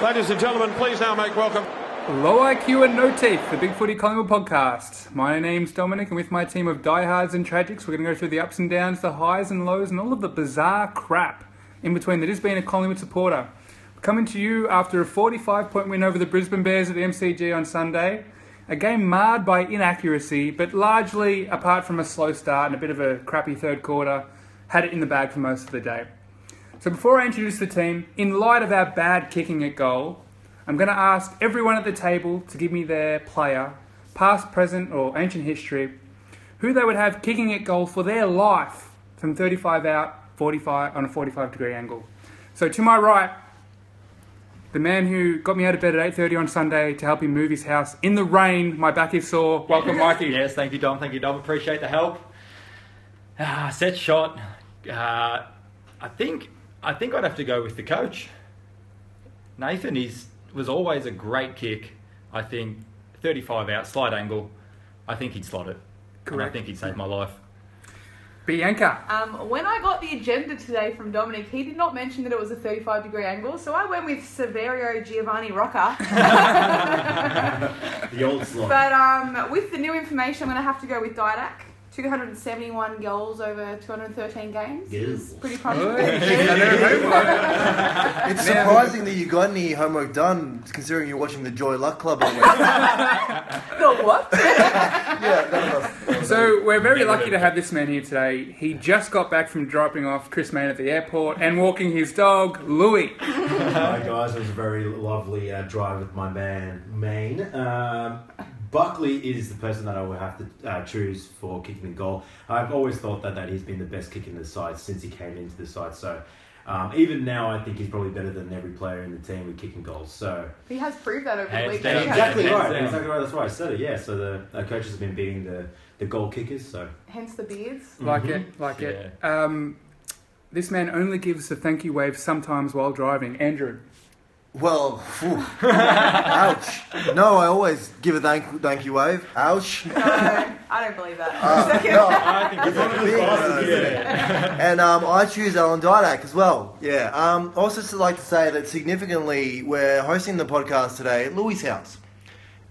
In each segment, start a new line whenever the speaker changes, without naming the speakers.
Ladies and gentlemen, please now make welcome.
Low IQ and No Teeth, the Big Footy Collingwood podcast. My name's Dominic, and with my team of diehards and tragics, we're going to go through the ups and downs, the highs and lows, and all of the bizarre crap in between that is being a Collingwood supporter. Coming to you after a 45 point win over the Brisbane Bears at the MCG on Sunday, a game marred by inaccuracy, but largely, apart from a slow start and a bit of a crappy third quarter, had it in the bag for most of the day. So before I introduce the team, in light of our bad kicking at goal, I'm going to ask everyone at the table to give me their player, past, present, or ancient history, who they would have kicking at goal for their life from 35 out, 45 on a 45 degree angle. So to my right, the man who got me out of bed at 8:30 on Sunday to help him move his house in the rain. My back is sore. Welcome, Mikey.
Yes, thank you, Dom. Thank you, Dom. Appreciate the help. Ah, set shot. Uh, I think I think I'd have to go with the coach. Nathan is was always a great kick. I think 35 out, slight angle. I think he'd slot it. And I
Correct.
think he'd save my life.
Bianca.
Um, when I got the agenda today from Dominic, he did not mention that it was a 35 degree angle, so I went with Severio Giovanni Rocca.
The old slot.
but um, with the new information, I'm going to have to go with Didac. 271 goals over 213 games. It's
Yes.
pretty
I
promising.
never heard one.
It's
Yeah.
surprising that you got any homework done, considering you're watching the Joy Luck Club. All week.
the what?
yeah, none of us.
So we're very lucky to have this man here today. He just got back from dropping off Chris Mann at the airport and walking his dog Louis.
Mm-hmm.
Hi guys, it was a very lovely uh, drive with my man Maine. Um, Buckley is the person that I would have to uh, choose for kicking the goal. I've always thought that that he's been the best kick in the side since he came into the side. So um, even now, I think he's probably better than every player in the team with kicking goals. So
he has proved that over the
Hands
weekend.
down.
exactly
Yeah,
right,
hands down.
exactly right. That's why I said it. Yeah. So the, the coaches have been beating the, the goal kickers. So
Hence the beards.
Like it, like it. Um, this man only gives the thank you wave sometimes while driving. Andrew.
Well, phew. ouch. No, I always give a thank, thank you wave. Ouch.
No, I don't believe that.
Ah.
Second.
No.
I think
Big, uh, and um, I choose Alan Didak as well. Yeah. Um, also, just like to say that significantly, we're hosting the podcast today at Louis' house,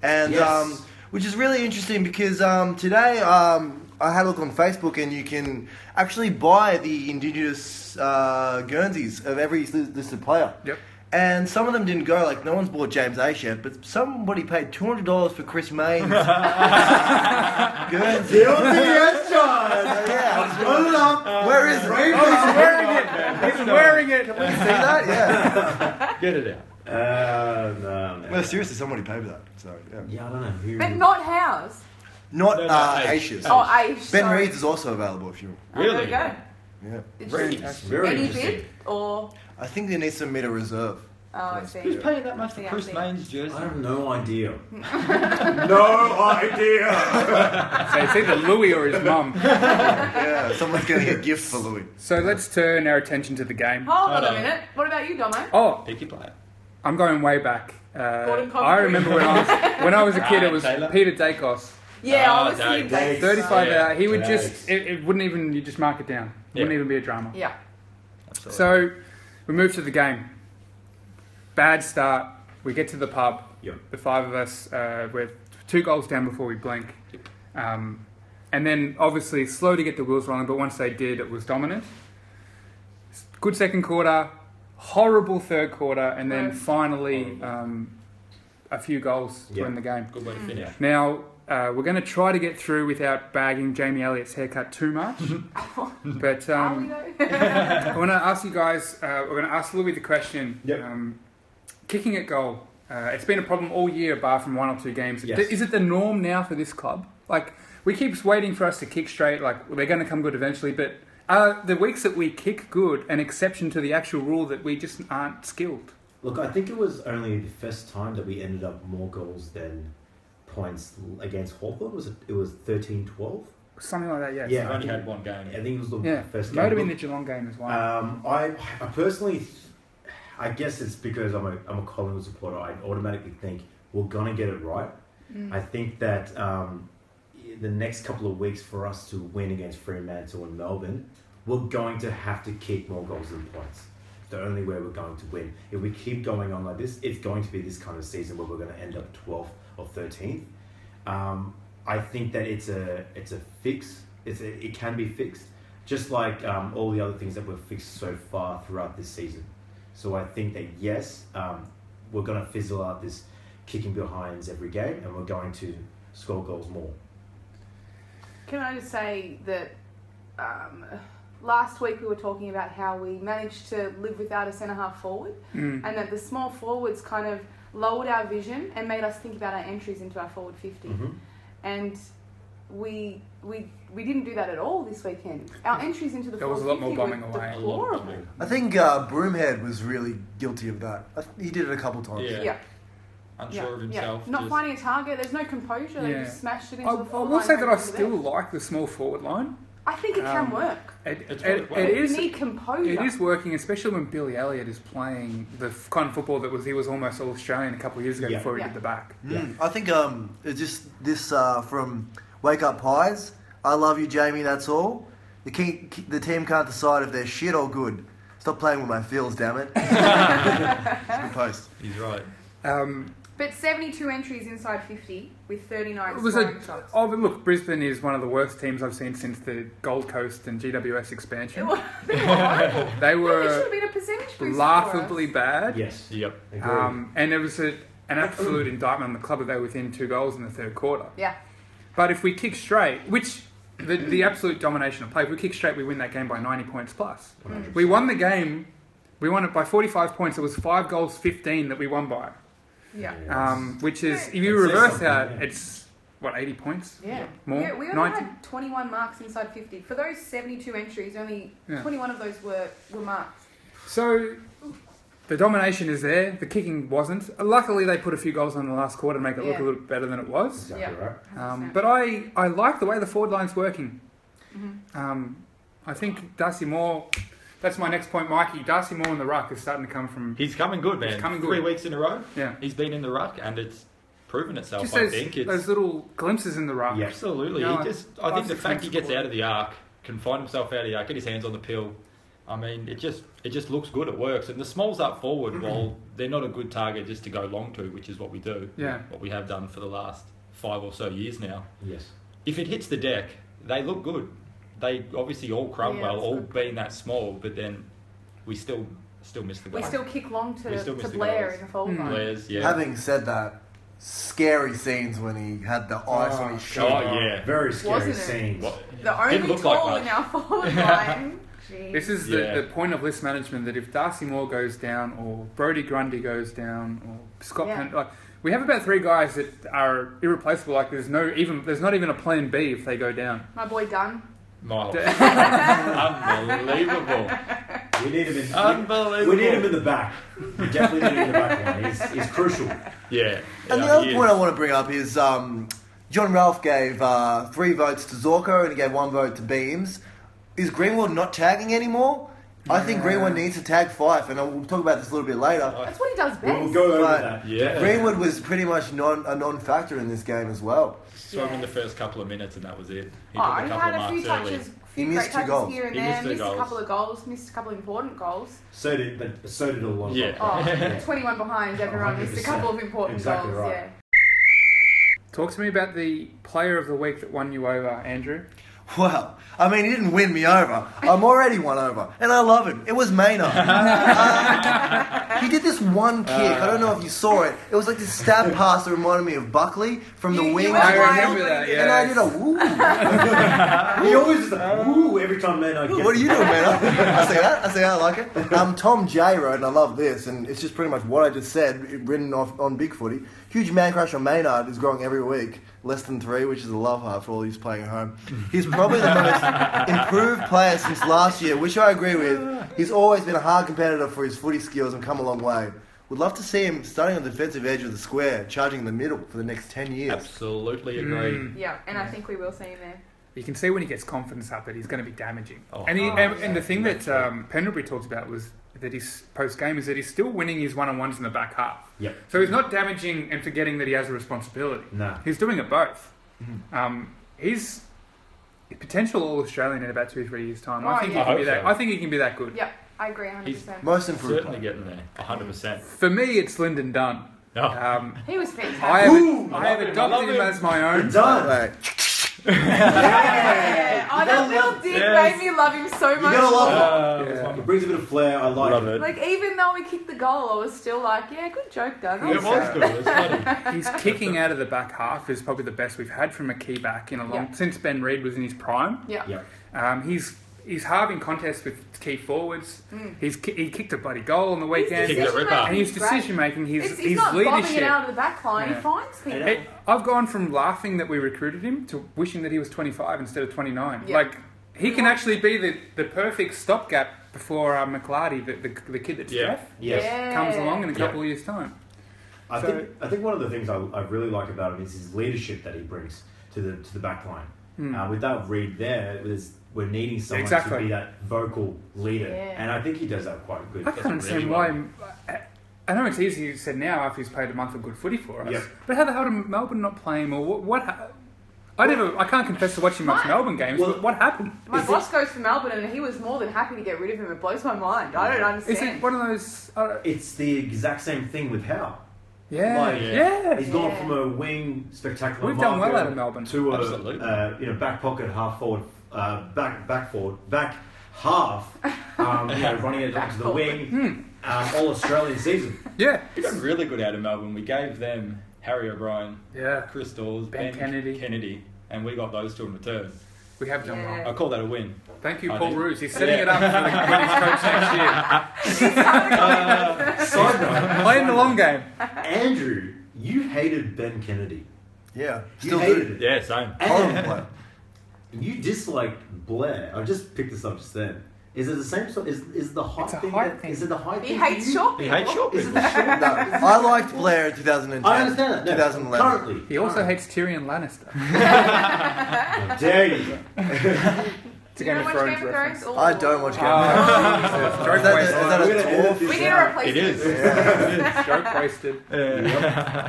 and
Yes.
um, which is really interesting because um, today um, I had a look on Facebook, and you can actually buy the Indigenous uh, Guernseys of every li- listed player.
Yep.
And some of them didn't go. Like no one's bought James Ash yet, but somebody paid two hundred dollars for Chris Main's Guernsey.
yes, John.
Yeah. Where is it?
He's wearing it. He's wearing it.
See that? Yeah.
Get it out.
Uh, no, man.
well, seriously, somebody paid for that. So, yeah.
Yeah, I don't know who.
But not house.
Not
No, no,
uh,
Aish.
Aishes.
Oh, I.
ben Reeds is also available if you.
Really?
There
Yeah.
we go.
Very
Very
Any
interesting.
bid? Or.
I think they need some mid a reserve.
Oh, I see.
Who's paying that much for
Yeah,
Chris
yeah.
Main's jersey?
I have no idea. no idea.
So it's either Louis or his mum.
Yeah. Someone's going to get a gift for Louis.
So let's turn our attention to the game.
Hold on
Hold
a
on.
minute. What about you, Domo?
Oh,
Picky player.
I'm going way back. Uh,
Gordon Coventry.
I remember when I was when I was a kid. It was
Right, Taylor.
Peter Dacos.
Yeah,
Ah,
I was
no,
seeing
thanks.
that.
35
Yeah.
out. He would
Nice.
just, it, it wouldn't even, you just mark it down. It
Yeah.
wouldn't even be a drama.
Yeah.
Absolutely.
So we move to the game. Bad start. We get to the pub.
Yep.
The five of us, uh, we're two goals down before we blink. Um, and then obviously slow to get the wheels rolling, but once they did, it was dominant. S- Good second quarter, horrible third quarter, and then
Right.
finally um, a few goals to
Yeah.
win the game.
Good
Mm.
way to finish.
Now, uh, we're going to try to get through without bagging Jamie Elliott's haircut too much. but um,
Are we though?
I want to ask you guys, uh, we're going to ask Louis the question.
Yep.
Um, kicking at goal, uh, it's been a problem all year, bar from one or two games.
Yes.
Is it the norm now for this club? Like, we keep waiting for us to kick straight, like, they're going to come good eventually, but are the weeks that we kick good an exception to the actual rule that we just aren't skilled?
Look, I think it was only the first time that we ended up more goals than points l- against Hawthorn. Was it? It was 13-12?
Something like that, yes.
Yeah,
I've
I
only
think,
had one game.
I think it was the
Yeah.
first
Might have
game.
been the Geelong game as well.
Um, I, I personally, I guess it's because I'm a, I'm a Collingwood supporter. I automatically think we're gonna get it right. I think that um, the next couple of weeks for us to win against Fremantle and Melbourne, we're going to have to kick more goals than points. the only way we're going to win. If we keep going on like this, it's going to be this kind of season where we're going to end up 12th or 13th. Um, I think that it's a it's a fix. It's a, it can be fixed, just like um, all the other things that were fixed so far throughout this season. So I think that yes, um, we're going to fizzle out this kicking behinds every game, and we're going to score goals more.
Can I just say that um, last week we were talking about how we managed to live without a centre half forward,
Mm.
and that the small forwards kind of lowered our vision and made us think about our entries into our forward 50
Mm-hmm.
Mhm.
And we we we didn't do that at all this weekend. Our entries into the
There was
forward
a lot more
50 were
bombing away. A
lot of
deplorable.
bombing.
I think uh, Broomhead was really guilty of that. I th- he did it a couple times.
Yeah.
Yeah.
Unsure of himself.
Not
just-
finding a target. There's no composure. They
Yeah.
just smashed it
I,
into
I
the forward
will
line
say that I
over the
still
net.
like the small forward line.
I think it can
um,
work.
It,
It's
it,
worked well.
it
You
is
need composure.
It is working, especially when Billy Elliot is playing the f- kind of football that was he was almost all Australian a couple of years ago
Yeah.
before he
Yeah.
did the back.
Mm, I think um, it's just this uh, from Wake Up Pies. I love you, Jamie. That's all. The, king, the team can't decide if they're shit or good. Stop playing with my feels, damn it. it's a good post.
He's right.
Um,
But 72 entries inside 50 with 39
it was
scoring
a
shots.
oh, but look, Brisbane is one of the worst teams I've seen since the Gold Coast and GWS
They
expansion.
were horrible.
They
It should have
were
been a percentage boost.
laughably bad.
Yes.
Yep.
Agreed.
Um, and it was a, an absolute indictment on the club that they were within two goals in the third quarter.
For us. Yeah.
But if we kick straight, which the, the absolute domination of play, if we kick straight, we win that game by 90 points plus. We won the game, we won it by 45 points. It was five goals, 15 that we won by,
Yeah.
um, which is, if you
That says
reverse
something,
that,
yeah.
it's what, 80 points?
Yeah.
More?
Yeah, we only
90?
had 21 marks inside 50. For those 72 entries, only
Yeah.
21 of those were, were marked.
So the domination is there, the kicking wasn't. Luckily, they put a few goals on in the last quarter to make it look a
Yeah.
little better than it was.
exactly
yeah.
right.
Um, but I, I like the way the forward line's working.
Mm-hmm.
Um, I think Darcy Moore, that's my next point, Mikey. Darcy Moore in the ruck is starting to come from.
He's coming good, man.
coming
Three
good.
weeks in a row.
Yeah.
He's been in the ruck and it's proven itself,
Just
I
those,
think.
those
It's,
little glimpses in the ruck.
Yeah.
absolutely.
No,
he just I
five,
think the
six
fact he
minutes
gets
forward.
out of the arc, can find himself out of the arc, get his hands on the pill. I mean, it just it just looks good, it works. And the smalls up
Mm-hmm.
forward, well, they're not a good target just to go long to, which is what we do.
Yeah.
What we have done for the last five or so years now.
Yes.
if it hits the deck, they look good. They obviously all crumb
Yeah,
well,
that's
all
good.
being that small, but then we still still miss the goal.
We still kick long
We
to,
still
to
missed the
Blair
goals.
in the forward
Mm.
line.
Players, yeah.
Having said that, scary scenes when he had the ice on his
oh
shirt.
yeah.
Very scary
Wasn't it?
scenes.
What-
The
Didn't
only
look like
goal
much.
in our forward line. Jeez.
This is
Yeah.
the, the point of list management that if Darcy Moore goes down or Brody Grundy goes down or Scott
Yeah.
Pan, like we have about three guys that are irreplaceable. Like there's no even there's not even a plan B if they go down.
My boy Dunn.
Miles.
D-
Unbelievable.
We need him in.
Unbelievable.
We need him in the back. We definitely need him in the back line. He's, he's crucial.
Yeah.
And the
yeah,
other
he
point I
is.
want to bring up is um, John Ralph gave uh, three votes to Zorko and he gave one vote to Beams. Is Greenwood not tagging anymore? I think Greenwood needs to tag Fife, and we'll talk about this a little bit later.
That's what he does best.
We'll go over
Right.
that.
Yeah.
Greenwood was pretty much non, a non-factor in this game as well.
So I'm in the first couple of minutes and that was it. He
Oh,
took a
he
couple
had
of
a few
marks early.
touches, few
He missed
great touches
two goals.
here and
He
there,
missed
missed,
two
a
goals.
couple of goals, missed a couple of important goals.
So did, but so did a lot. of
Yeah.
them.
Oh, 21 behind, everyone missed a
100%.
couple of important
Exactly
goals.
right.
Yeah.
Talk to me about the player of the week that won you over, Andrew.
Well, I mean, he didn't win me over. I'm already won over, and I love him. It was Maynard. Uh, he did this one kick. I don't know if you saw it. It was like this stab pass that reminded me of Buckley from the
You- you
wing.
went I
remember wild. that,
And I did a
yes.
woo.
He always is like, ooh, every time man I get.
what are you doing, Maynard? I say that. I say I like it. Um, Tom J wrote, and I love this, and it's just pretty much what I just said, written off on Big Footy. Huge man crush on Maynard is growing every week. Less than three, which is a love heart for all these playing at home. He's probably the most improved player since last year, which I agree with. He's always been a hard competitor for his footy skills and come a long way. Would love to see him starting on the defensive edge of the square, charging the middle for the next 10 years.
Absolutely agree.
Mm.
Yeah, and I think we will see him there.
You can see when he gets confidence up that he's going to be damaging.
Oh,
and, he,
oh,
and, and the thing that um, Penderbury talked about was that his post game is that he's still winning his one on ones in the back half.
Yep.
So he's not damaging and forgetting that he has a responsibility.
Nah.
He's doing it both.
Mm-hmm.
Um, he's a potential All Australian in about two three years time.
Oh,
I think
yeah.
he can
I
be
hope
that.
so.
I think he can be that good.
Yeah. I agree 100%.
Most improved.
Certainly getting there, 100%.
For me, it's Lyndon Dunn.
No.
Uh,
Um,
he was
I
fantastic.
have,
Ooh,
I have
love him, I
adopted
love
him,
him.
as my own.
Done.
Done.
Mate,
yeah. Oh, that little dick
Yes.
made me love him so
you
much.
gotta
more.
love
Uh,
It brings a bit of flair. I like
Love
it.
it.
Like even though we kicked the goal, I was still like, yeah, good joke, Doug.
It was good. It was funny.
He's kicking out of the back half is probably the best we've had from a key back in a long
Yeah.
since Ben Reed was in his prime.
Yeah.
Yeah.
Um, he's he's halving contests with key forwards. He's ki- he kicked a bloody goal on the
Mm. His
weekend.
Kicked a ripper.
decision-making
and his
is great.
decision making, his
It's- he's
his
not bobbing
leadership.
it out of the back line.
Yeah.
He finds people.
And-
It- I've gone from laughing that we recruited him to wishing that he was 25 instead of 29.
Yeah.
Like, he can actually be the, the perfect stopgap before uh, McLarty, the, the, the kid that's
Yeah.
deaf,
Yes.
Yeah.
comes along in a
Yeah.
couple of years' time.
I
So-
think I think one of the things I, I really like about him is his leadership that he brings to the to the back line. Uh, without Reed there, it was- we're needing someone
Hmm. Exactly.
to be that vocal leader,
Yeah.
and I think he does that quite good.
I can't understand
really
why. I- I know it's easy said now after he's played a month of good footy for us,
Yep.
but how the hell did Melbourne not play him? Or what? what ha- I never. I can't confess to watching much
Why?
Melbourne games,
Well-
but what happened?
My
Is it-
boss goes to Melbourne, and he was more than happy to get rid of him. It blows my mind. I don't understand.
Is it one of those? I don't-
It's the exact same thing with Howe.
yeah,
Like-
yeah.
He's gone
Yeah.
from a wing spectacular.
We've done well
marker
out of Melbourne.
to a
Absolutely.
uh, you know back pocket half forward, uh, back back forward, back half. Um, you know, running it up to the
forward.
wing.
Hmm.
Um, all Australian season.
yeah,
We got really good out of Melbourne. We gave them Harry O'Brien,
yeah.
Chris Dawes,
Ben
Ben,
Kennedy.
Kennedy, and we got those two in return.
We have done
Yeah.
well.
I call that a win.
Thank you,
I
Paul
did.
Roos. He's setting
Yeah.
it up for the British coach next year.
Side note,
Playing the long game.
Andrew, you hated Ben Kennedy.
yeah.
You
Still
hated
do.
it.
Yeah, same.
Horrible player.
You disliked Blair. I just picked this up just then. Is it the same sort? Is is the height
It's a
thing?
height
that-
thing.
Is it the height?
He
thing for
hates
you?
short
He
people.
hates short
Is it
people.
the short?
No, I liked Blair in 2010.
I understand that. No,
2011.
Currently,
He also
currently.
hates Tyrion Lannister.
How dare you?
It's a
Do you
Game
know
of
watch
Thrones
Game of
reference.
Thrones? Or-
I don't watch Game of Thrones.
Oh,
Is
joke
that, is
wasted.
that
We're gonna
a
edit
dwarf?
this
We need
out.
a
It is.
replacement.
Joke wasted.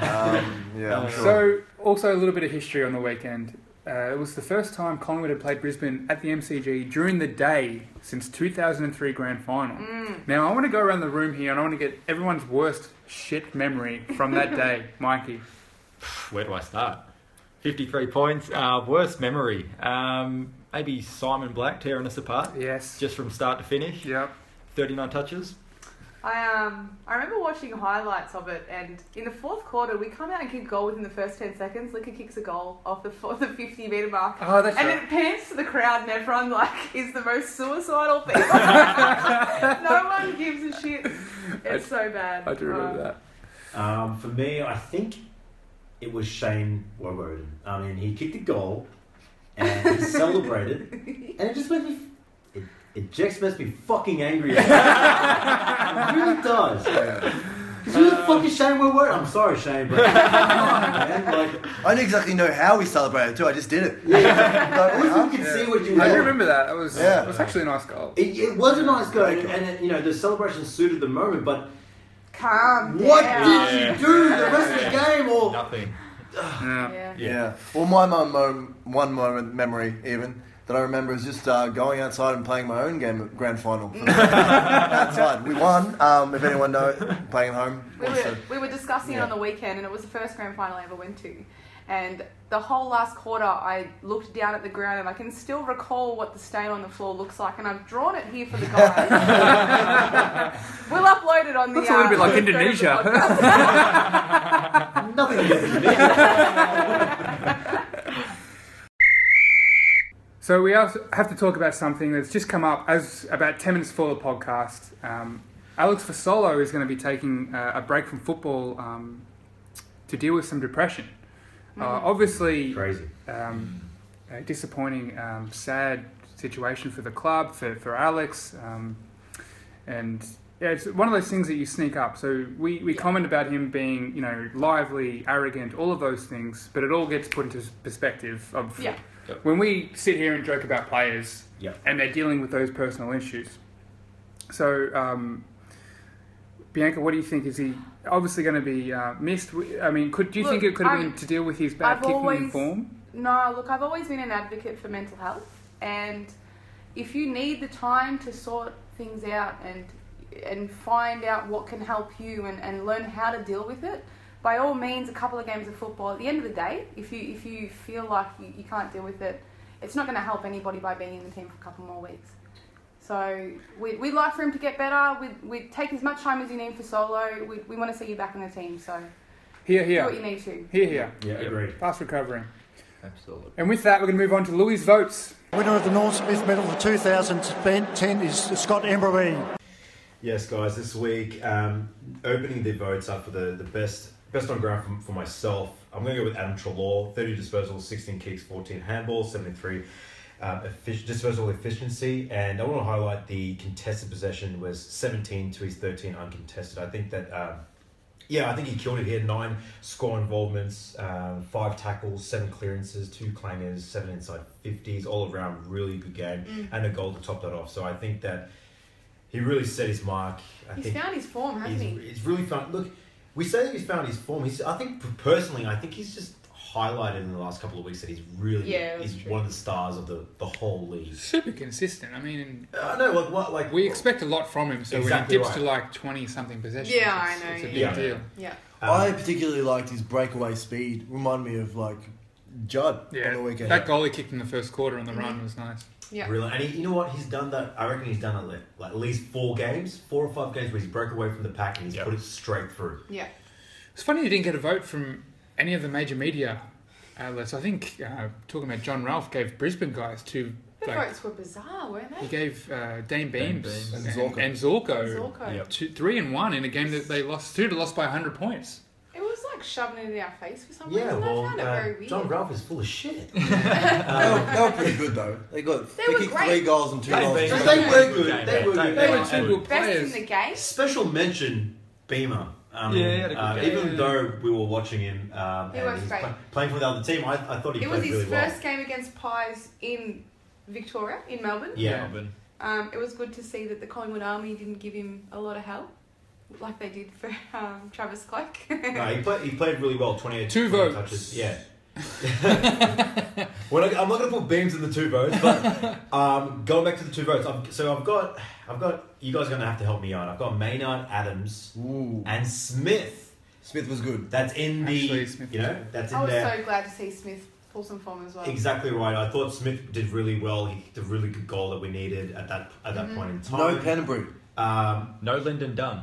Um, yeah, I'm sure.
So, also a little bit of history on the weekend. Uh, it was the first time Collingwood had played Brisbane at the MCG during the day since 2003 Grand Final.
Mm.
Now, I want to go around the room here and I want to get everyone's worst shit memory from that day. Mikey,
Where do I start? 53 points. Uh, worst memory. Um, maybe Simon Black tearing us apart.
yes,
Just from start to finish.
yep,
39 touches.
I um I remember watching highlights of it, and in the fourth quarter we come out and kick a goal within the first ten seconds. Liquor kicks a goal off the four, the fifty meter mark,
Oh, that's
and
right.
it pans to the crowd, and everyone like is the most suicidal people. no one gives a shit. It's so bad.
I do remember that.
Um,
Um, for me, I think it was Shane Woburden. I mean, he kicked a goal and he celebrated,
Um,
and it just made me. It, it just makes me fucking angry. it really does. Because who the fuck is Shane Woburden? Uh, I'm sorry, Shane, but come on, man. Like,
I didn't exactly know how we celebrated too. I just did it. uh,
at least you can see what you
I do
want.
remember that. That was,
Yeah.
it was actually a nice goal.
It, it was a nice goal, and, and it, you know the celebration suited the moment. But
Calm
what
down.
did you do the rest of the game? Or
Nothing.
Yeah.
Yeah.
Yeah. Well, my mum, mom, one moment memory even that I remember is just uh, going outside and playing my own game at grand final. outside, we won. Um, if anyone knows, playing at home.
We were,
also.
we were discussing it
Yeah.
on the weekend, and it was the first grand final I ever went to. And the whole last quarter, I looked down at the ground, and I can still recall what the stain on the floor looks like. And I've drawn it here for the guys. we'll upload it on the.
Looks a little
uh,
bit like
on the thread of the
Indonesia.
podcast.
nothing against me.
So we also have to talk about something that's just come up as about 10 minutes before the podcast. Um, Alex Fasolo is going to be taking uh, a break from football um, to deal with some depression. Uh, obviously,
Crazy.
um, a disappointing, um, sad situation for the club, for, for Alex. Um, and yeah, it's one of those things that you sneak up. So we, we comment about him being, you know, lively, arrogant, all of those things, but it all gets put into perspective of
Yeah.
Yep.
when we sit here and joke about players
Yeah.
and they're dealing with those personal issues. So, um, Bianca, what do you think? Is he obviously going to be uh, missed? W- I mean, could do you think
Look,
it could have been
I'm-
to deal with his bad
I've
kicking
always-
form?
No, look, I've always been an advocate for mental health, and if you need the time to sort things out and and find out what can help you and, and learn how to deal with it. By all means, a couple of games of football. At the end of the day, if you if you feel like you, you can't deal with it, it's not going to help anybody by being in the team for a couple more weeks. So we we'd like for him to get better. We'd, we'd take as much time as you need for solo. We, we want to see you back in the team. So
Here,
do what
here.
you need to.
Here, here.
Yeah, agreed.
Fast recovering.
Absolutely.
And with that, we're going to move on to Louis' votes.
Winner of the Norm Smith Medal for 2010 is Scott Embry.
Yes, guys. This week, um, opening the votes up for the, the best best on ground for, for myself. I'm going to go with Adam Trelaw. 30 disposals, 16 kicks, 14 handballs, 73 um, effic- disposal efficiency. And I want to highlight the contested possession was 17 to his 13 uncontested. I think that. Um, yeah, I think he killed it here. Nine score involvements, um, five tackles, seven clearances, two clangers, seven inside 50s, all around really good game,
Mm.
and a goal to top that off. So I think that he really set his mark. I
He's
think
found his form, hasn't
he's,
he?
he's really found. Look, we say that he's found his form. He's, I think personally, I think he's just highlighted in the last couple of weeks that he's really
Yeah, that's
he's
true.
one of the stars of the, the whole league.
Super consistent. I mean,
I know, like what, like
we expect a lot from him, so
Exactly
when he dips to
right.
like 20 something possessions,
Yeah, I
it's-
know,
It's a big
yeah.
deal.
Yeah.
um,
I particularly liked his breakaway speed. Remind me of like Judd on
Yeah,
the weekend.
that goal he kicked in the first quarter on the
Mm-hmm.
run was nice.
Yeah.
Really, and he, you know what? He's done that. I reckon he's done it like, like at least four games, four or five games where he's broke away from the pack and he's put it straight through.
Yeah.
It's funny you didn't get a vote from any of the major media outlets. I think uh, talking about John Ralph gave Brisbane guys two.
The
Like,
votes were bizarre, weren't
he
they?
gave uh, Dane Beams,
Beams.
and
And
Zorko,
Zorko.
and Zorko
Zorko.
Yep.
two, three and one in a game that they lost two to lost by 100 points.
It was like shoving it in our face for some
Yeah,
reason.
well,
I found it
uh,
very weird.
John Ralph is full of shit. Um,
they, were, they were pretty good though. They got
They
they,
were
kicked
great.
three goals and two
Dane
goals.
Beams.
But they were
Good
good.
game,
They
yeah.
were
They-
good.
they
They
were
were
two
two
good
good.
Best
players.
in the game.
Special mention, Beamer. Um,
Yeah, he had a good
uh,
game.
Even though we were watching him um,
He
and
was
he's
great.
pla- playing for the other team, I, I thought he
It
played
was his
really
first game against Pies in Victoria, in Melbourne.
well. Yeah.
Um, it was good to see that the Collingwood Army didn't give him a lot of help, like they did for um, Travis Cloak.
No, he, play, he played really well. 28
Two
20
votes.
touches. Yeah. well, I, I'm not going to put beams in the two votes, but um, going back to the two votes, I've, so I've got, I've got. You guys are going to have to help me out. I've got Maynard, Adams,
Ooh,
and Smith.
Smith was good.
That's in the,
Actually, Smith
you
was
know, that's in
I was
there.
so glad to see Smith pull some form as well.
Exactly right. I thought Smith did really well. He did a really good goal that we needed at that
Mm-hmm.
at that point in
No
time.
Canterbury.
um,
No Lyndon Dunn.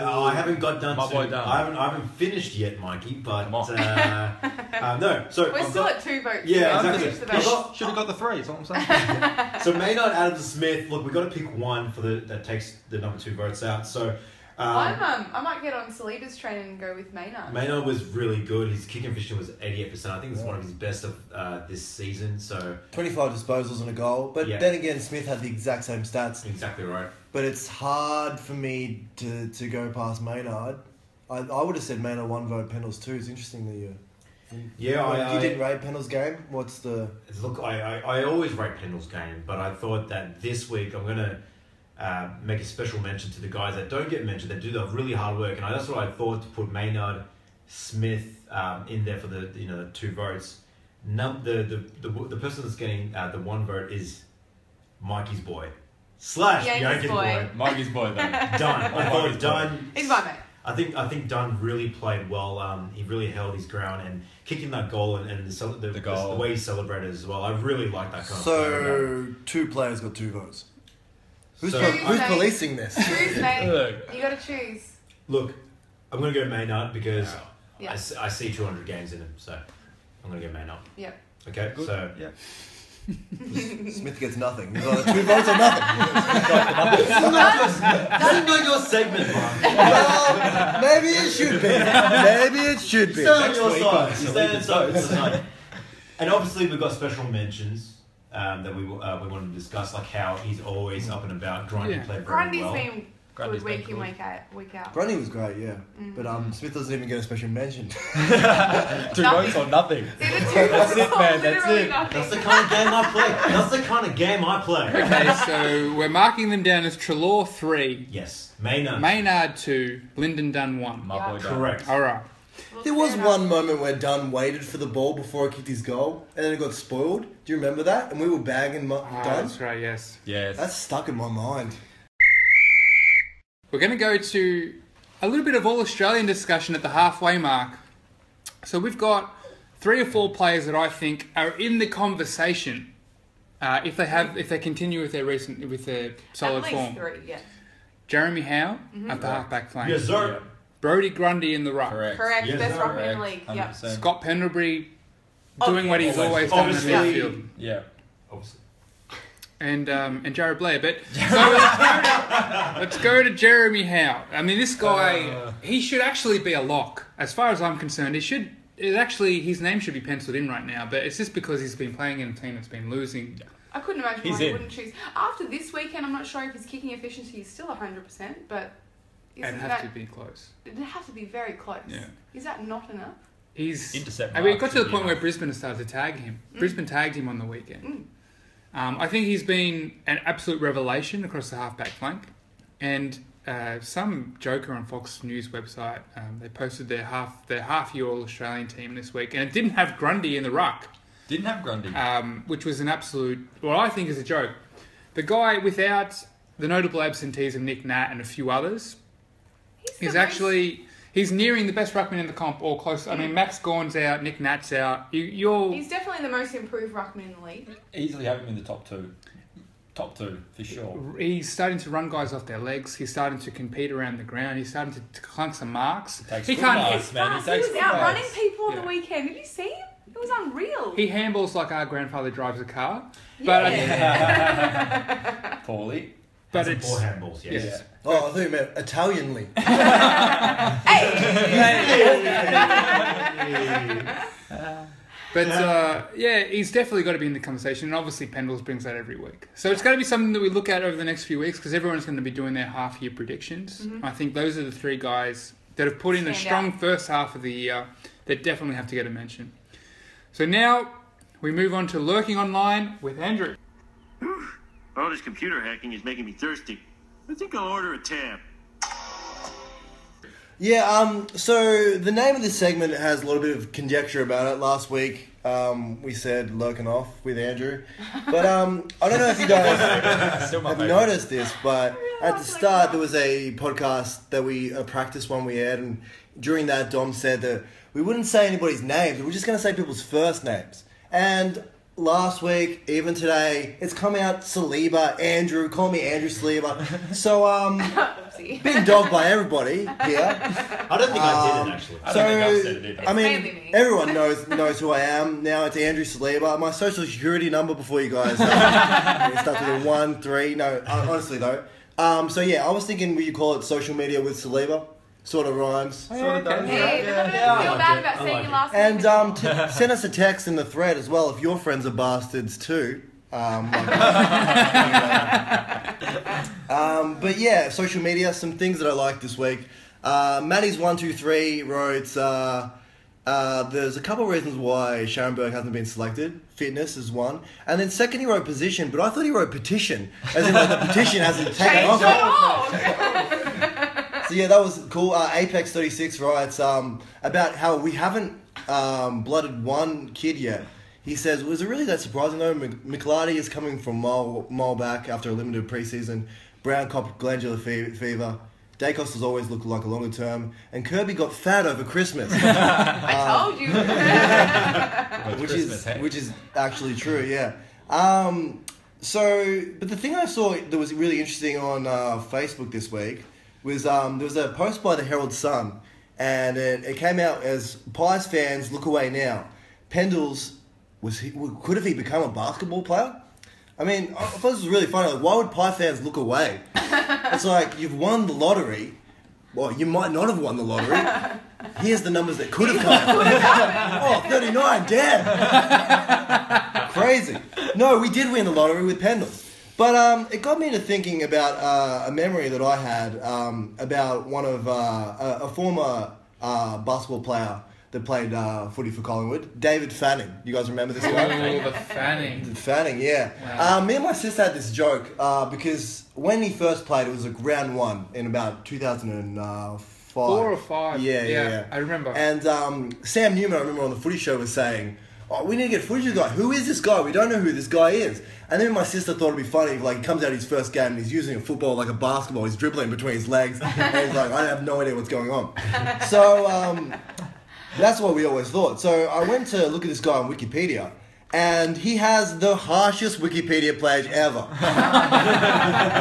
oh, I haven't got done.
My
to-
boy Dunn.
I haven't. I haven't finished yet, Mikey. But
Come on.
uh, uh, no. So
We're
I've
still
got-
at two votes.
Yeah,
Let's
exactly.
finish the
I've
vote.
got-
Should have got the three, is all I'm saying.
so Maynard, Adams, and Smith. Look, we got to pick one for the that takes the number two votes out. So
I'm,
um,
um, I might get on Saliba's train and go with Maynard.
Maynard was really good. His kick efficiency was eighty eight percent. I think it's one of his best of uh, this season. So
25 disposals and a goal. But
Yeah.
then again, Smith had the exact same stats.
exactly right.
But it's hard for me to, to go past Maynard. I, I would have said Maynard one vote, Pendles two. It's interesting that you.
Yeah,
Like,
I,
you
I-
didn't rate Pendles' game. What's the?
Look, I, I, I always rate Pendle's game, but I thought that this week I'm going to uh, make a special mention to the guys that don't get mentioned, that do the really hard work. And I, that's what I thought to put Maynard Smith um, in there for the you know the two votes. Num- the, the, the, the person that's getting uh, the one vote is Mikey's boy. Slash
Yankees
Yankees
boy.
boy.
Mikey's boy, though.
Done. I
Mikey's
thought
boy.
done.
He's my mate.
I think I think Dunn really played well. Um, he really held his ground and kicking that goal and, and the, cel- the,
The goal.
the way he celebrated as well. I really like that kind of player.
So two players got two votes. Who's,
So-
pol- who's
Tuesday.
policing this?
Choose, mate.
Look.
you got to choose.
Look, I'm gonna go Maynard because
Yeah.
I, s- I see 200 games in him, so I'm gonna go Maynard.
Yep.
Okay, so
Yeah.
Smith gets nothing. He's either two votes or nothing.
this is not your segment, Mark.
Well, maybe it should be. Maybe it should be.
He's on your side. He's on your side. It's like- And obviously, we've got special mentions um, that we w- uh, we want to discuss, like how he's always up and about. Grundy
Yeah.
played very
Grundy's
well.
been
Grundy's
good
been
week in,
good.
week out. Week out.
Grundy was great, yeah. But um, Smith doesn't even get a special mention.
Two
Nothing.
votes or nothing.
See, the two
That's
votes
it,
are
man, that's
literally
it.
nothing.
That's the kind of game I play. That's the kind of game I play.
Okay, so we're marking them down as Trelaw three,
Yes, Maynard.
Maynard two, Lyndon Dunn one.
My boy, Dunn.
Correct.
All right.
Well,
There was
fair enough.
one moment where Dunn waited for the ball before he kicked his goal, and then it got spoiled. Do you remember that? And we were bagging Mu-
Ah,
Dunn.
that's right, yes.
Yes.
That's stuck in my mind.
We're going to go to a little bit of all Australian discussion at the halfway mark. So we've got three or four players that I think are in the conversation uh, if they have if they continue with their recent with their
At
solid
least
form.
three, Mm-hmm. yeah.
Jeremy Howe at the halfback flank.
Yes, sir.
Brody Grundy in the ruck.
Correct.
Correct,
Yes,
best
sir.
rock in the league. Yep.
100%.
Scott Pendlebury doing what he's always,
Always.
done in the
Obviously.
midfield.
Yeah.
Obviously.
and um, and Jared Blair. But so let's, go to, let's go to Jeremy Howe. I mean, this guy he should actually be a lock, as far as I'm concerned. He should. It actually his name should be penciled in right now, but it's just because he's been playing in a team that's been losing.
I couldn't imagine
He's
why he
in.
wouldn't choose. After this weekend, I'm not sure if his kicking efficiency is still 100%, but
It'd
isn't
have
that,
to be close.
it'd have to be very close.
Yeah.
Is that not enough?
He's
Intercept
I mean, it
marks
got to the
would be
point where
enough.
Brisbane started to tag him. Brisbane tagged him on the weekend. Um, I think he's been an absolute revelation across the halfback flank. And uh, some joker on Fox News website, um, they posted their half their half year All Australian team this week, and it didn't have Grundy in the ruck,
Didn't have Grundy.
um, which was an absolute what I think is a joke. The guy without the notable absentees of Nick Nat and a few others,
He's, the
He's
most-
actually he's nearing the best ruckman in the comp or close. I mean, Max Gorn's out, Nick Nat's out. You, you're
He's definitely the most improved ruckman in the league.
Easily have him in the top two. Top two, for sure.
he's starting to run guys off their legs. He's starting to compete around the ground. He's starting to, to clunk some marks.
Takes
He
good
can't
marks.
hit.
Man, he
Fast,
takes
he was
the
out
pass.
running people on
Yeah.
the weekend. Have you seen him? It was unreal.
He handballs like our grandfather drives a car, but uh, I-
Poorly.
but
Some
it's
poor handballs, yes.
yes.
Oh, I thought you meant Italianly.
But uh, yeah, he's definitely got to be in the conversation, and obviously Pendles brings that every week. So it's going to be something that we look at over the next few weeks because everyone's going to be doing their half year predictions. I think those are the three guys that have put in a
Mm-hmm. Stand
strong
out.
first half of the year that definitely have to get a mention. So now we move on to lurking online with Andrew.
All this computer hacking is making me thirsty. I think I'll order a tab.
Yeah, um, so the name of this segment has a little bit of conjecture about it. Last week, um, we said lurking off with Andrew. But um, I don't know if you guys
Still my
have
favourite.
noticed this, but at the start, there was a podcast that we, a practice one we aired, and during that, Dom said that we wouldn't say anybody's names, we were just going to say people's first names. And last week, even today, it's come out Saliba, Andrew, call me Andrew Saliba. So, um,
Oopsie.
being dogged by everybody here.
I don't think I did it, actually.
I
So
don't think I've said it either.
I
mainly me.
mean, everyone knows knows who I am now. It's Andrew Saliba. My social security number before you guys uh, it starts with a one three. No, uh, honestly though. Um, so yeah, I was thinking, would you call it social media with Saliba? Sort of rhymes.
Sort of done.
Yeah, you don't
yeah, I
feel
like
bad
it.
about
I
seeing
like
you
it.
last
And
week.
um, t- send us a text in the thread as well if your friends are bastards too. Um, like- um, but yeah, social media, some things that I liked this week. Uh, Maddie's123 wrote, uh, uh, there's a couple of reasons why Sharon Burke hasn't been selected. Fitness is one. And then second, he wrote position, but I thought he wrote petition. As in, like, the petition hasn't taken off. yet.
Oh,
So yeah, that was cool. Uh, Apex Thirty Six writes um, about how we haven't um, blooded one kid yet. He says, "Was it really that surprising though? Mc- McLarty is coming from mole, mole back after a limited preseason. Brown cop glandular fe- fever. Dacos has always looked like a longer term, and Kirby got fat over Christmas,
I told you.
Well,
which
Christmas,
is
hey?
which is actually true. Yeah. Um, so, but the thing I saw that was really interesting on uh, Facebook this week was um, there was a post by the Herald Sun, and it, it came out as Pies fans look away now. Pendles was he, could have he become a basketball player? I mean, I thought this was really funny. Like, why would Pie fans look away? it's like you've won the lottery. Well, you might not have won the lottery. Here's the numbers that could have come. oh, 39, damn. Crazy. No, we did win the lottery with Pendles. But um, it got me to thinking about uh, a memory that I had um, about one of uh, a, a former uh, basketball player that played uh, footy for Collingwood, David Fanning. You guys remember this guy?
Oh, the fanning.
Fanning, yeah. Uh, me and my sister had this joke uh, because when he first played, it was like round one in about 2005.
Four or five.
Yeah, yeah.
Yeah,
yeah.
I remember.
And um, Sam Newman, I remember on the footy show, was saying, oh, we need to get footage of this guy. Who is this guy? We don't know who this guy is. And then my sister thought it'd be funny if, like, he comes out his first game and he's using a football like a basketball. He's dribbling between his legs. and he's like, I have no idea what's going on. So, um, that's what we always thought. So I went to look at this guy on Wikipedia, and he has the harshest Wikipedia page ever.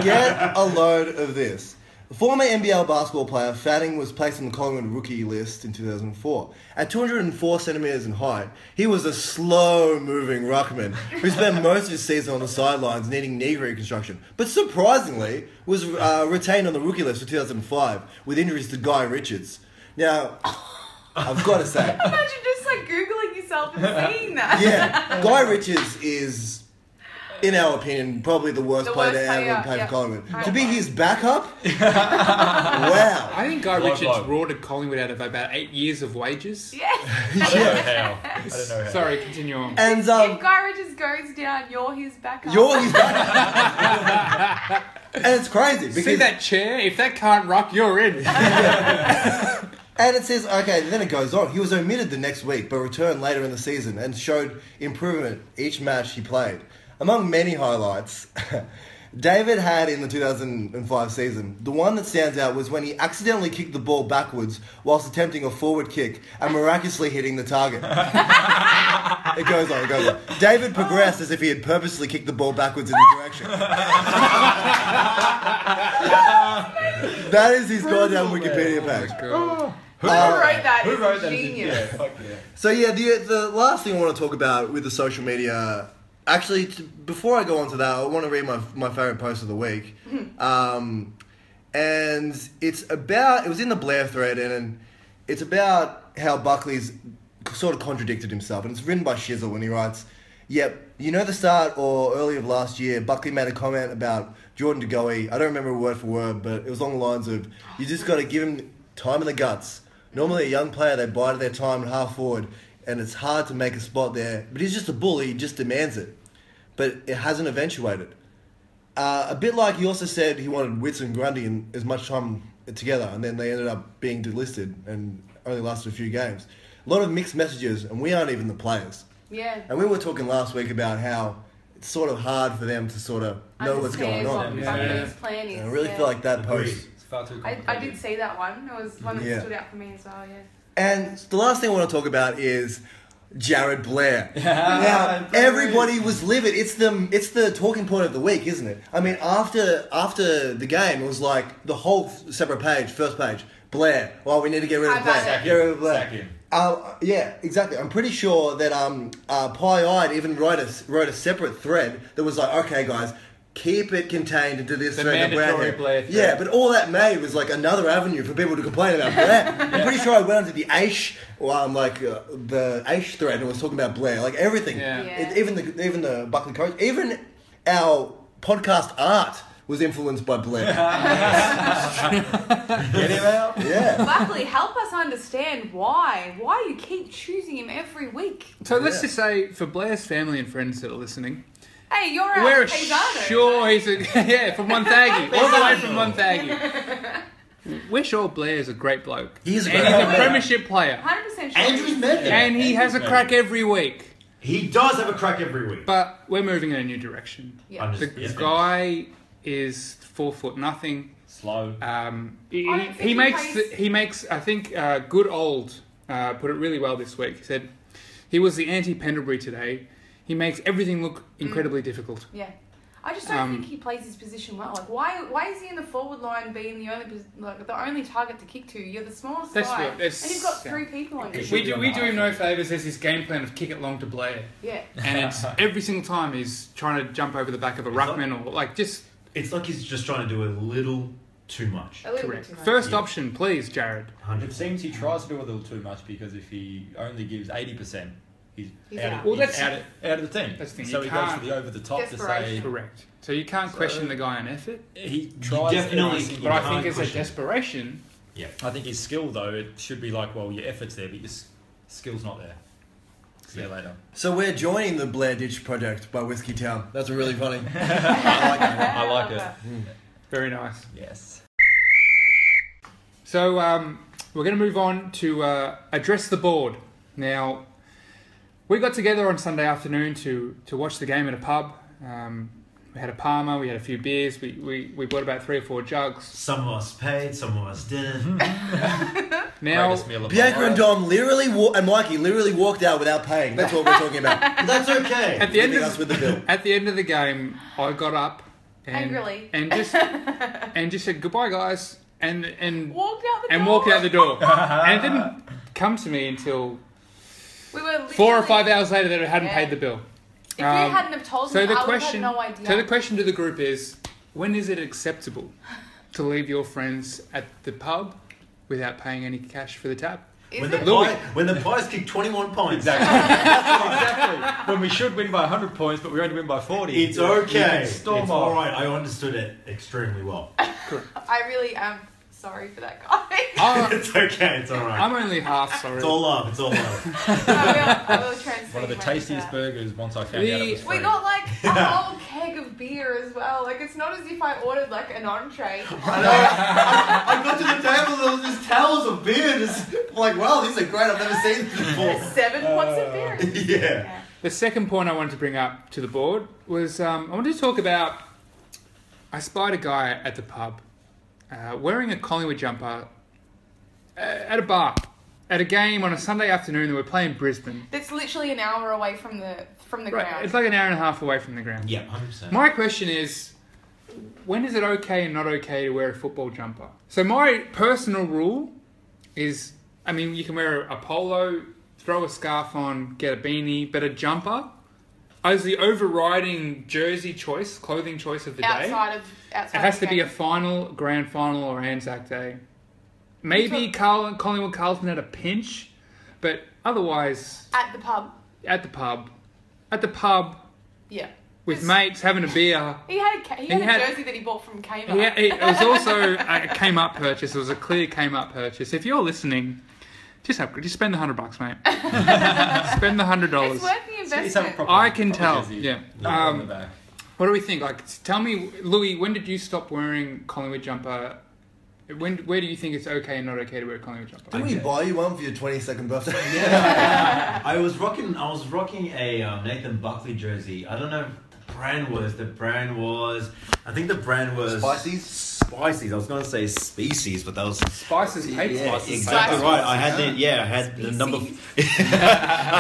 Get a load of this. The former NBL basketball player Fanning was placed on the Collingwood rookie list in 2004. At 204 centimeters in height, he was a slow-moving ruckman who spent most of his season on the sidelines needing knee reconstruction. But surprisingly, was uh, retained on the rookie list for 2005 with injuries to Guy Richards. Now, I've got to say,
Imagine just like googling yourself and seeing that.
yeah, Guy Richards is, in our opinion, probably the worst
The
player
worst
to ever
player,
play
yeah.
for Collingwood.
I
to be
agree.
his backup, wow.
I think Guy
Low,
Richards
low.
rorted Collingwood out of about eight years of wages.
Yeah.
I don't know how. I don't know how.
Sorry, continue on.
And
if
um,
Guy Richards goes down, you're his backup.
you're his backup, and it's crazy because
See that chair? If that can't rock, you're in.
And it says, okay, then it goes on. He was omitted the next week, but returned later in the season and showed improvement each match he played. Among many highlights, David had in the 2005 season, the one that stands out was when he accidentally kicked the ball backwards whilst attempting a forward kick and miraculously hitting the target. it goes on, it goes on. David progressed as if he had purposely kicked the ball backwards in the direction. that is his goddamn Wikipedia page.
Oh,
Who wrote that?
Who
is
wrote that?
Genius.
Yeah, fuck yeah.
So yeah, the the last thing I want to talk about with the social media, actually, t- before I go on to that, I want to read my my favorite post of the week, um, and it's about it was in the Blair thread, and, and it's about how Buckley's sort of contradicted himself, and it's written by Shizzle, and he writes, "Yep, you know the start or early of last year, Buckley made a comment about Jordan De Goey. I don't remember word for word, but it was along the lines of, you just got to give him time in the guts.'" Normally, a young player, they bide their time at half forward, and it's hard to make a spot there. But he's just a bully, he just demands it. But it hasn't eventuated. Uh, a bit like he also said he wanted Wits and Grundy in as much time together, and then they ended up being delisted and only lasted a few games. A lot of mixed messages, and we aren't even the players.
Yeah.
And we were talking last week about how it's sort of hard for them to sort of know what's
Understand
going on.
what
Yeah.
Buckley's plan is.
And I really
yeah.
feel like that
Agree.
post
It's far too
I,
complicated.
I did see that one. It was one that
Yeah.
stood out for me as well. Yeah.
And the last thing I want to talk about is Jared Blair. now everybody was livid. It's the it's the talking point of the week, isn't it? I mean, after after the game, it was like the whole separate page, first page. Blair. Well, we need to get rid of
I
Blair.
got it.
Get rid of Blair.
Sack him.
Uh, yeah, exactly. I'm pretty sure that um, uh, Pie Eyed even wrote a, wrote a separate thread that was like, okay, guys, keep it contained into this
The
thread. that we're at
mandatory
here."
Blair thread.
Yeah, but all that made was like another avenue for people to complain about Blair. I'm pretty sure I went onto the Aish, well, I'm like uh, the Aish thread and was talking about Blair, like everything.
Yeah.
Yeah.
It- even the even the Buckley coach, even our podcast art was influenced by Blair.
Get him out.
yeah.
Buckley, help us understand why. Why you keep choosing him every week?
So let's
Yeah.
just say, for Blair's family and friends that are listening,
Ah, Hey, you're out.
we're
Hey, Zardo.
sure he's a, yeah from Montague, all the way from Montague. We're sure Blair is a great bloke.
He is a
and
great
he's a
bloke.
premiership player,
100% sure.
Andrew Medley.
and he has a crack every week.
He does have a crack every week.
But we're moving in a new direction.
Yeah.
I'm
The
just- yeah.
guy is four foot nothing.
Slow.
Um, he,
I don't think
he
he
makes
plays-
he makes I think uh, good old uh, put it really well this week. He said he was the anti Pendlebury today. He makes everything look
Mm.
incredibly difficult.
Yeah. I just don't
Um,
think he plays his position well. Like, why? Why is he in the forward line being the only pos- like the only target to kick to? You're the smallest
That's
guy,
what- that's-
and you've got
yeah.
three people on you.
Should
We
be
do
on
we
the
do him no favors. There's his game plan of kick it long to Blair,
Yeah.
and it's every single time he's trying to jump over the back of a ruckman or like just
It's like he's just trying to do a little too much.
A little bit
correct.
too much.
First option, please, Jared.
100%.
It seems he tries to do a little too much because if he only gives eighty percent, he's,
He's
out,
out.
Of,
Well,
he's
that's-
out, of, out of the team.
that's the thing,
So
you
he goes
can't-
for the over the top to say
Desperation.
Correct. So you can't question the guy on effort,
he tries.
definitely
every single
but I
can't
think it's a
question.
desperation.
Yeah.
I think his skill, though, it should be like, well, your effort's there, but your s- skill's not there. See you later.
So we're joining the Blair Ditch Project by Whiskey Town. That's really funny. I like that.
I like it.
Very nice.
Yes.
So um, we're going to move on to uh, address the board. Now, we got together on Sunday afternoon to to watch the game at a pub. Um, we had a Palmer, we had a few beers, we, we, we bought about three or four jugs.
Some of us paid, some of us
Mm-hmm.
didn't.
Now,
Greatest meal of
Bianca
my
and
life.
Dom literally wa- and Mikey literally walked out without paying. That's what we're talking about.
That's okay.
at the end
Leaving us
of
with the bill.
at the end of the game, I got up and,
Angrily.
and just and just said goodbye, guys, and and
Walked out the
and
door.
walked out the door. and it didn't come to me until
We were
four or
literally-
five hours later that it hadn't
Yeah.
paid the bill.
If you
Um,
hadn't have told
So
me,
the
I would have
question,
had no idea.
so the question to the group is, when is it acceptable to leave your friends at the pub without paying any cash for the tab?
Is
When the,
it?
pie, when the pies kick 21 points.
Exactly. exactly. When we should win by 100 points, but we only win by 40.
It's okay.
It's
It's
storm
all right. I understood it extremely well.
I really am sorry for that guy.
I,
It's okay. It's all right.
Ah, I'm only half sorry.
It's all love. It's all love.
I will, I will translate
One of the
my-
tastiest
that.
burgers once I found out it was
The-
free.
We got like a whole keg of beer as well. Like it's not as if I ordered like an entree.
I got to the table and there was just towels of beer, just like, wow, these are great. I've never seen this before.
Seven pots of
Uh,
beer.
yeah.
The second point I wanted to bring up to the board was um, I wanted to talk about I spied a guy at the pub uh, wearing a Collingwood jumper uh, at a bar at a game on a Sunday afternoon that we're playing Brisbane.
That's literally an hour away from the from the
Right,
ground.
it's like an hour and a half away from the ground.
Yeah, 100%.
My question is, when is it okay and not okay to wear a football jumper? So my personal rule is, I mean, you can wear a polo, throw a scarf on, get a beanie, but a jumper as the overriding jersey choice, clothing choice of the day.
outside of outside.
It has
of
to
the
be a
game.
final, grand final, or Anzac Day. Maybe
Because-
Carl, Collingwood Carlton at a pinch, but otherwise
at the pub.
at the pub, at the pub
Yeah.
with
It's-
mates having a beer.
He had a ca- he had,
He
a
had-
jersey that he bought from Kmart.
Yeah, it it was also a came up purchase. It was a clear came up purchase. If you're listening, just upgrade. Just spend the hundred bucks, mate. spend the hundred
It's
dollars.
worth the
Let's have a
investment.
proper-
I can
proper
tell.
jersey.
Yeah.
No, on the
Um,
back.
what do we think? Like, s- tell me, Louis, when did you stop wearing Collingwood jumper? When, where do you think it's okay and not okay to wear a Collingwood jumper?
Didn't we buy you one for your 22nd birthday?
I was rocking. I was rocking a um, Nathan Buckley jersey. I don't know what the brand was. The brand was. I think the brand was
Spices?
Spices. I was going to say species, but that was
Spices, paid
yeah,
spices.
exactly
Spices.
right. I had the yeah. I had the
Species.
number. I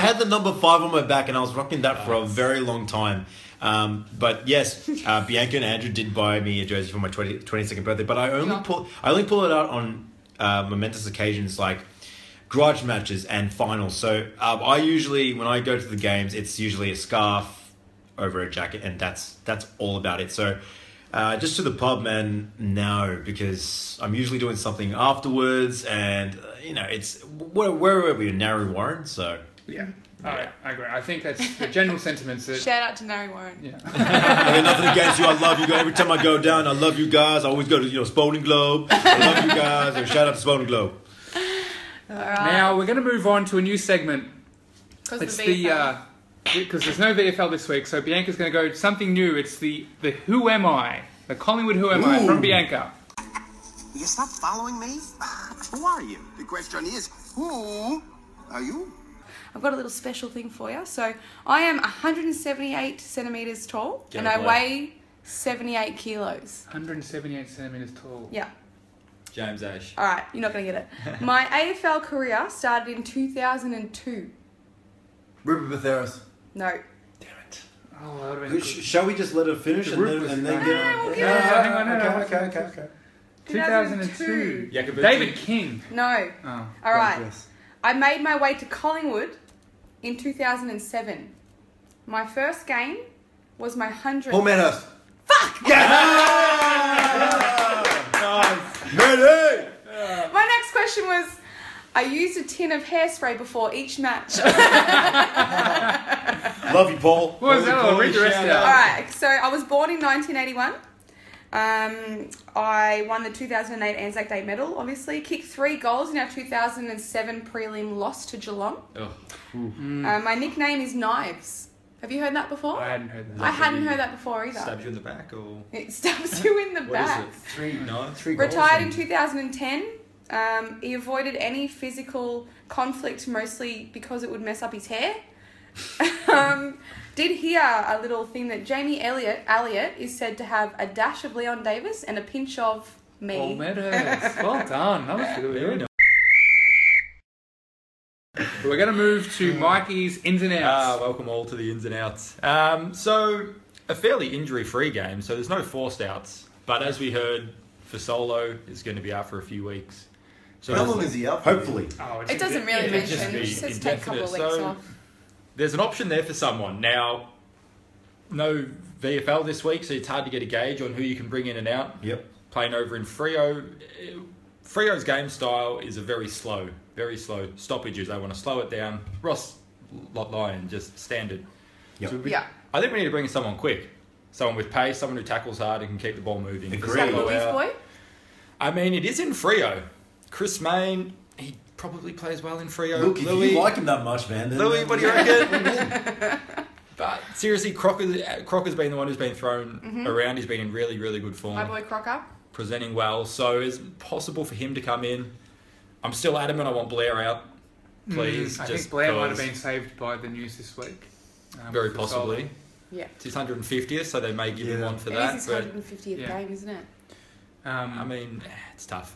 had the number five on my back, and I was rocking that for a very long time. Um, but yes, uh, Bianca and Andrew did buy me a jersey for my 20, 22nd birthday. But I only
Yeah.
pull. I only pull it out on uh, momentous occasions like grudge matches and finals. So um, I usually, when I go to the games, it's usually a scarf over a jacket, and that's that's all about it. So. Uh, just to the pub, man. No, because I'm usually doing something afterwards, and uh, you know, it's where, where were we? Narrow Warren, so
Yeah. All right, I agree. I think that's the general sentiments that.
Shout out to Nari Warren.
Yeah.
I got nothing against you. I love you guys. Every time I go down, I love you guys. I always go to you know Spalding Globe. I love you guys. And shout out to Spalding Globe.
Now we're going to move on to a new segment
Because
It's
the,
the
VFL.
uh, because there's no VFL this week, so Bianca's going to go something new. It's the the Who Am I, the Collingwood Who Am I from Bianca.
You stop following me? Who are you? The question is, who are you?
I've got a little special thing for you. So I am 178 centimeters tall
Get
and
a
I
bloke.
weigh 78 kilos.
178 centimeters tall.
Yeah.
James Ash.
All right, you're not going to get it. My AFL career started in 2002.
Ruben Matheras.
No.
Oh, that would have been Ah, good.
Shall we just let it finish
and then- and then
No, we'll give it-
hang on, hang on.
Okay, okay, okay, okay.
2002.
2002.
Jakub
David King.
No.
Oh.
All right.
Yes.
I made my way to Collingwood in 2007. My first game was my 100th.
Paul Manhurst.
My next question was I used a tin of hairspray before each match.
Love you, Paul.
What was that? I'll read the rest
All
out.
right, so I was born in 1981. Um, I won the 2008 Anzac Day medal, obviously. Kicked three goals in our 2007 prelim loss to Geelong.
Ugh.
Uh, my nickname is Knives. Have you heard that before?
Mm. I hadn't heard
I
that.
hadn't heard that before either.
Stabs you in the back or
It stabs you in the
what is
back.
it? Three nine. Three
Retired in 2010. Um, he avoided any physical conflict mostly because it would mess up his hair. um, did hear a little thing that Jamie Elliott Elliott is said to have a dash of Leon Davis and a pinch of me.
Oh,
Paul Meadows. well done. That was really good. We're going to move to Mikey's ins and outs.
Ah, welcome all to the ins and outs. Um, so, a fairly injury free game, so there's no forced outs. But as we heard, for Solo is going to be out for a few weeks. So
How long is he out for?
Hopefully.
Oh, it's-
It doesn't really
it'd
mention.
just
It
be
just says take a couple of weeks
indefinite. So,
off.
there's an option there for someone. Now, no VFL this week, so it's hard to get a gauge on who you can bring in and out.
Yep.
Playing over in Frio, eh, Frio's game style is a very slow, very slow stoppages. They want to slow it down. Ross Lot Lyon, just standard.
Yep.
So we-
Yeah.
I think we need to bring in someone quick. Someone with pace, someone who tackles hard and can keep the ball moving.
Is that
Slow
Louise
out.
boy?
I mean, it is in Frio. Chris Main, he probably plays well in Frio.
Look, if
Louis-
you like him that much, man, then uh,
Louis, what do you reckon? but seriously, Crocker, uh, Crocker's been the one who's been thrown
Mhm.
around. He's been in really, really good form,
My boy Crocker.
presenting well. So it's possible for him to come in. I'm still adamant I want Blair out, please.
Mm, I
just
think Blair might have
because-
been saved by the news this week. um,
Very
for
possibly.
Yeah.
It's his 150th, so they may give him one for
It
that.
is his
but
150th
yeah.
game, isn't it?
Sol. Um,
I mean, it's tough.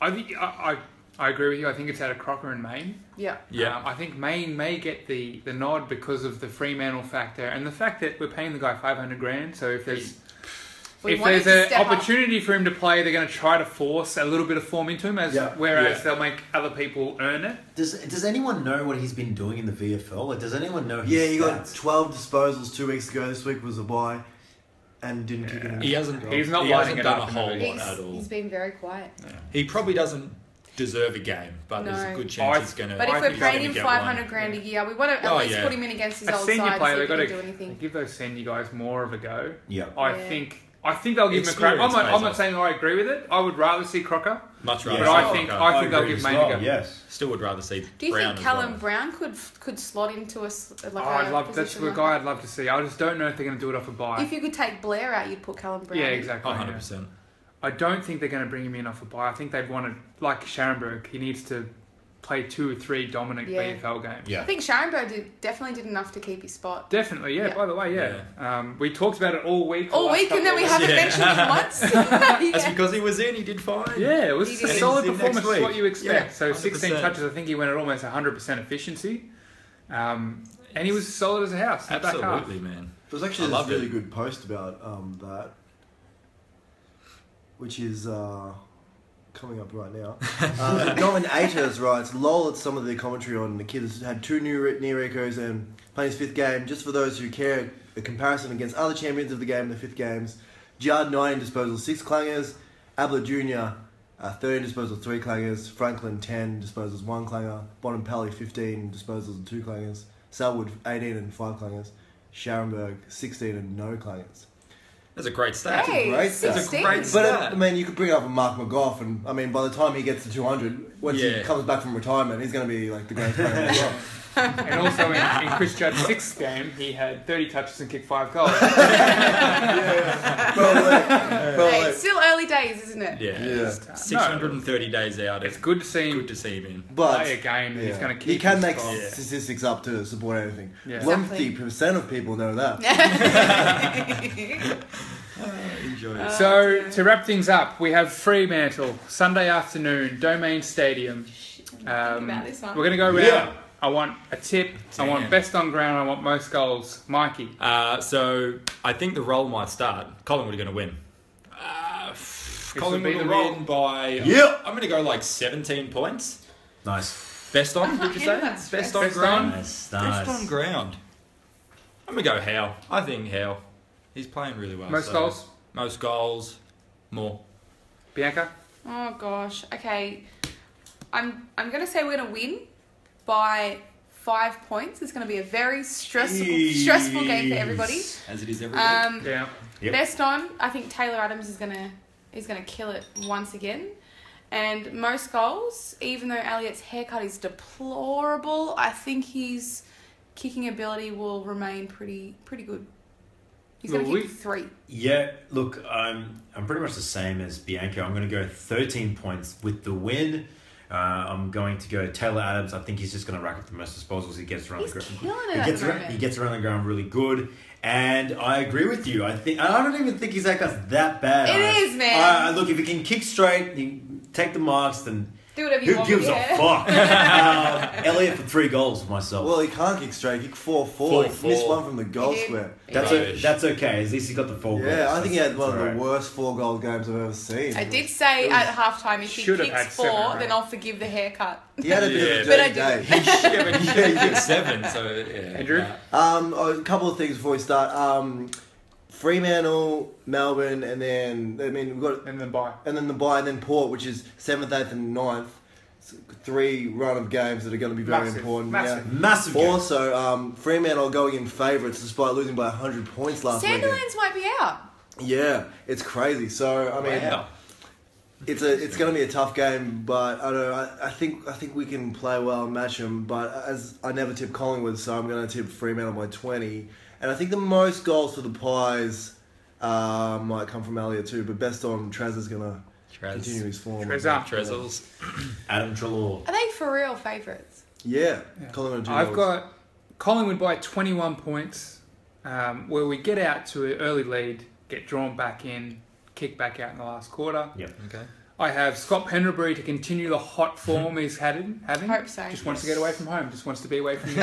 I, thi- I, I, I agree with you. I think it's out of Crocker and Maine.
Yeah.
Yeah.
Um, I think Maine may get the, the nod because of the Fremantle factor and the fact that we're paying the guy 500 grand. So if there's
We
if
wanted
there's
to
an
step up.
opportunity for him to play, they're going to try to force a little bit of form into him, as
Yeah.
whereas
Yeah.
they'll make other people earn it.
Does Does anyone know what he's been doing in the VFL? Like, does anyone know? His
Yeah, he got
stats?
12 disposals two weeks ago. This week was a bye and didn't kick it in.
He hasn't.
He's not
he
lighting
hasn't
it
done
up in
a
the
whole lot
He's,
at all.
he's been very quiet.
He probably doesn't deserve a game, but there's a
No.
good
I-
chance he's going to.
But if we're paying him 500 grand a year, we want to at
Oh,
least
yeah.
put him in against his
a
old
senior
side
player,
so
they've
he
got to
can do anything.
give those senior guys more of a go.
Yeah.
I
Yeah.
think I think they'll give him a crack. I'm
Experience
not,
pays
I'm not
off.
saying I agree with it. I would rather see Crocker,
Much
Yeah.
rather,
but I
see
think
Croker.
I think
I
they'll
agree
give
as
Maine a
well,
go.
Yes.
Still would rather see.
Do you
Brown
think
as
Callum
well.
Brown could could slot into a s- like
Oh,
a
I'd love that's
position
the
like
guy I'd love to see. I just don't know if they're going to do it off a buy.
that? If you could take Blair out, you'd put Callum Brown.
yeah,
in.
exactly.
Oh,
yeah.
100%.
I don't think they're going to bring him in off a buy. I think they'd want to, like Scharenberg, he needs to play two or three dominant
Yeah.
BFL games.
Yeah.
I think Sharonberg did definitely did enough to keep his spot
Definitely, yeah,
Yeah.
by the way, yeah. Um, we talked about it all week. the
all
last
week, and then we
couple
haven't
Yeah.
mentioned him once. Yeah.
That's because he was in. He did fine.
of- Yeah, it was
He
a
did.
solid
See you next
performance,
week.
what you expect.
Yeah,
so 16
100%.
touches, I think he went at almost 100% efficiency. Um, and he was solid as a house. in the back half.
Absolutely, man.
There was actually
I
this
loved
really
it.
good post about um, that, which is uh, coming up right now. Uh, Norman Aiters writes, "Lol at some of the commentary on the kids had two new re- near echoes and playing his fifth game. Just for those who care, a comparison against other champions of the game, the fifth games: Jard nine in disposal, six clangers. Abla Junior, uh, third in disposal, three clangers. Franklin ten disposals, one clanger. Bonham Pally fifteen disposals and two clangers. Selwood eighteen and five clangers." Scharenberg, 16 and no clangers.
That's a great stat.
hey,
great stat.
That's a
16.
great
But
stat.
I mean, you could bring up a Mark McGough, and I mean, by the time he gets to 200, once
Yeah.
he comes back from retirement, he's going to be like the greatest player in the world.
And also in, in Chris Judd's sixth game, he had 30 touches and kicked five goals.
Probably. Probably.
Hey, it's still early days, isn't it?
yeah.
Yeah.
630 days out.
It's good to see him
Good to see him in.
But
play a game. and He's
yeah.
going to keep.
he can
his
make
spot.
Yeah.
statistics up to support anything.
Yeah.
Seventy percent of people know that.
Enjoy it.
So to wrap things up, we have Fremantle Sunday afternoon, Domain Stadium. Um,
Think about this one.
We're going to go round.
Yeah.
I want a tip. I want
Damn.
best on ground. I want most goals. Mikey.
Uh, so I think the role might start. Collingwood are going to win. Uh, Collingwood
be the
will
roll.
win by.
Yep.
I'm going to go like 17 points.
Nice.
Best on, would you
Yeah,
say?
that's
Best
best.
on
Best
ground.
Nice.
Best on
Nice.
ground. I'm going to go Howe. I think Howe. He's playing really well.
Most
so-
goals.
Most goals. More.
Bianca.
Oh gosh. Okay. I'm I'm gonna say we're gonna win by five points. It's gonna be a very stressful stressful game for everybody.
As it is every week.
Um,
Yeah.
Yep.
Best on, I think Taylor Adams is gonna is gonna kill it once again. And most goals, even though Elliott's haircut is deplorable, I think his kicking ability will remain pretty pretty good. He's gonna
Well,
kick
we-
three.
Yeah, look, I'm I'm pretty much the same as Bianca. I'm going to go 13 points with the win. Uh, I'm going to go Taylor Adams. I think he's just going to rack up the most disposals. He gets around the ground.
killing it
he
at
gets
the
around,
moment.
he gets around the ground really good. And I agree with you. I think I don't even think his haircut's that bad.
It
I-
is, man.
I, I- look, if he can kick straight, he can take the marks, then
Do whatever you
who
want.
gives
yeah.
a fuck? um, Elliot for three goals for myself.
Well, he can't kick straight. He kicked 4 4. He missed one from the goal
He did.
square.
That's o- that's okay. At least he got the four. goals.
Yeah, I think he had
That's-
one of
that's
the
alright.
worst four goal games I've ever seen.
I did say
It
at halftime if he
Should have had
kicks four,
seven or eight.
then I'll forgive the haircut.
He had a bit of a
But I
dirty
didn't.
day.
yeah, but he should have seven. So yeah. Andrew.
Um, oh, a couple of things before we start. Um, Fremantle, Melbourne, and then I mean we've got
and then buy
and then the buy and then Port, which is seventh, eighth, and 9th. It's Three run of games that are going to be very
Massive,
important.
massive.
yeah.
Massive game.
Also, um, Fremantle going in favourites despite losing by hundred points last weekend.
Sanderlands might be out.
Yeah, it's crazy. So I mean,
Wow.
it's a it's going to be a tough game, but I don't. Know, I, I think I think we can play well and match them. But as I never tip Collingwood, so I'm going to tip Fremantle by twenty. And I think the most goals for the Pies uh, might come from Elliot too. But best on Trez is going to continue his form.
Trezor.
Trezzles.
Adam Trelaw.
Are they for real favourites?
Yeah, Collingwood. do
I've
well.
got Collingwood by 21 points, um, where we get out to an early lead, get drawn back in, kick back out in the last quarter.
Yep.
Okay.
I have Scott Penderbury to continue the hot form he's had in, having.
Hope so.
Just wants to get away from home. Just wants to be away from. the-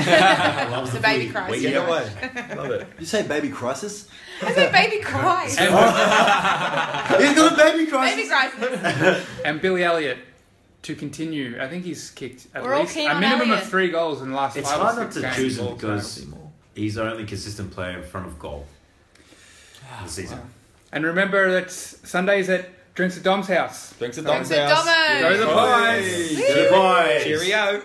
It's the baby cries.
Wait,
yeah.
yeah.
Love it.
You say baby crisis?
I said baby cries.
He's got a baby crisis.
baby cries.
and Billy Elliot to continue. I think he's kicked at
We're all
least
keen
a
on
minimum
Elliot.
of three goals in the last
It's
five
hard
or
not
six
to
games.
choose him
More,
because
probably more.
he's our only consistent player in front of goal this season.
And remember that Sundays at Drinks at Dom's house.
Drinks at
Drinks
Dom's
at
house.
Dom's.
Go the Pies!
Good boys.
Cheerio.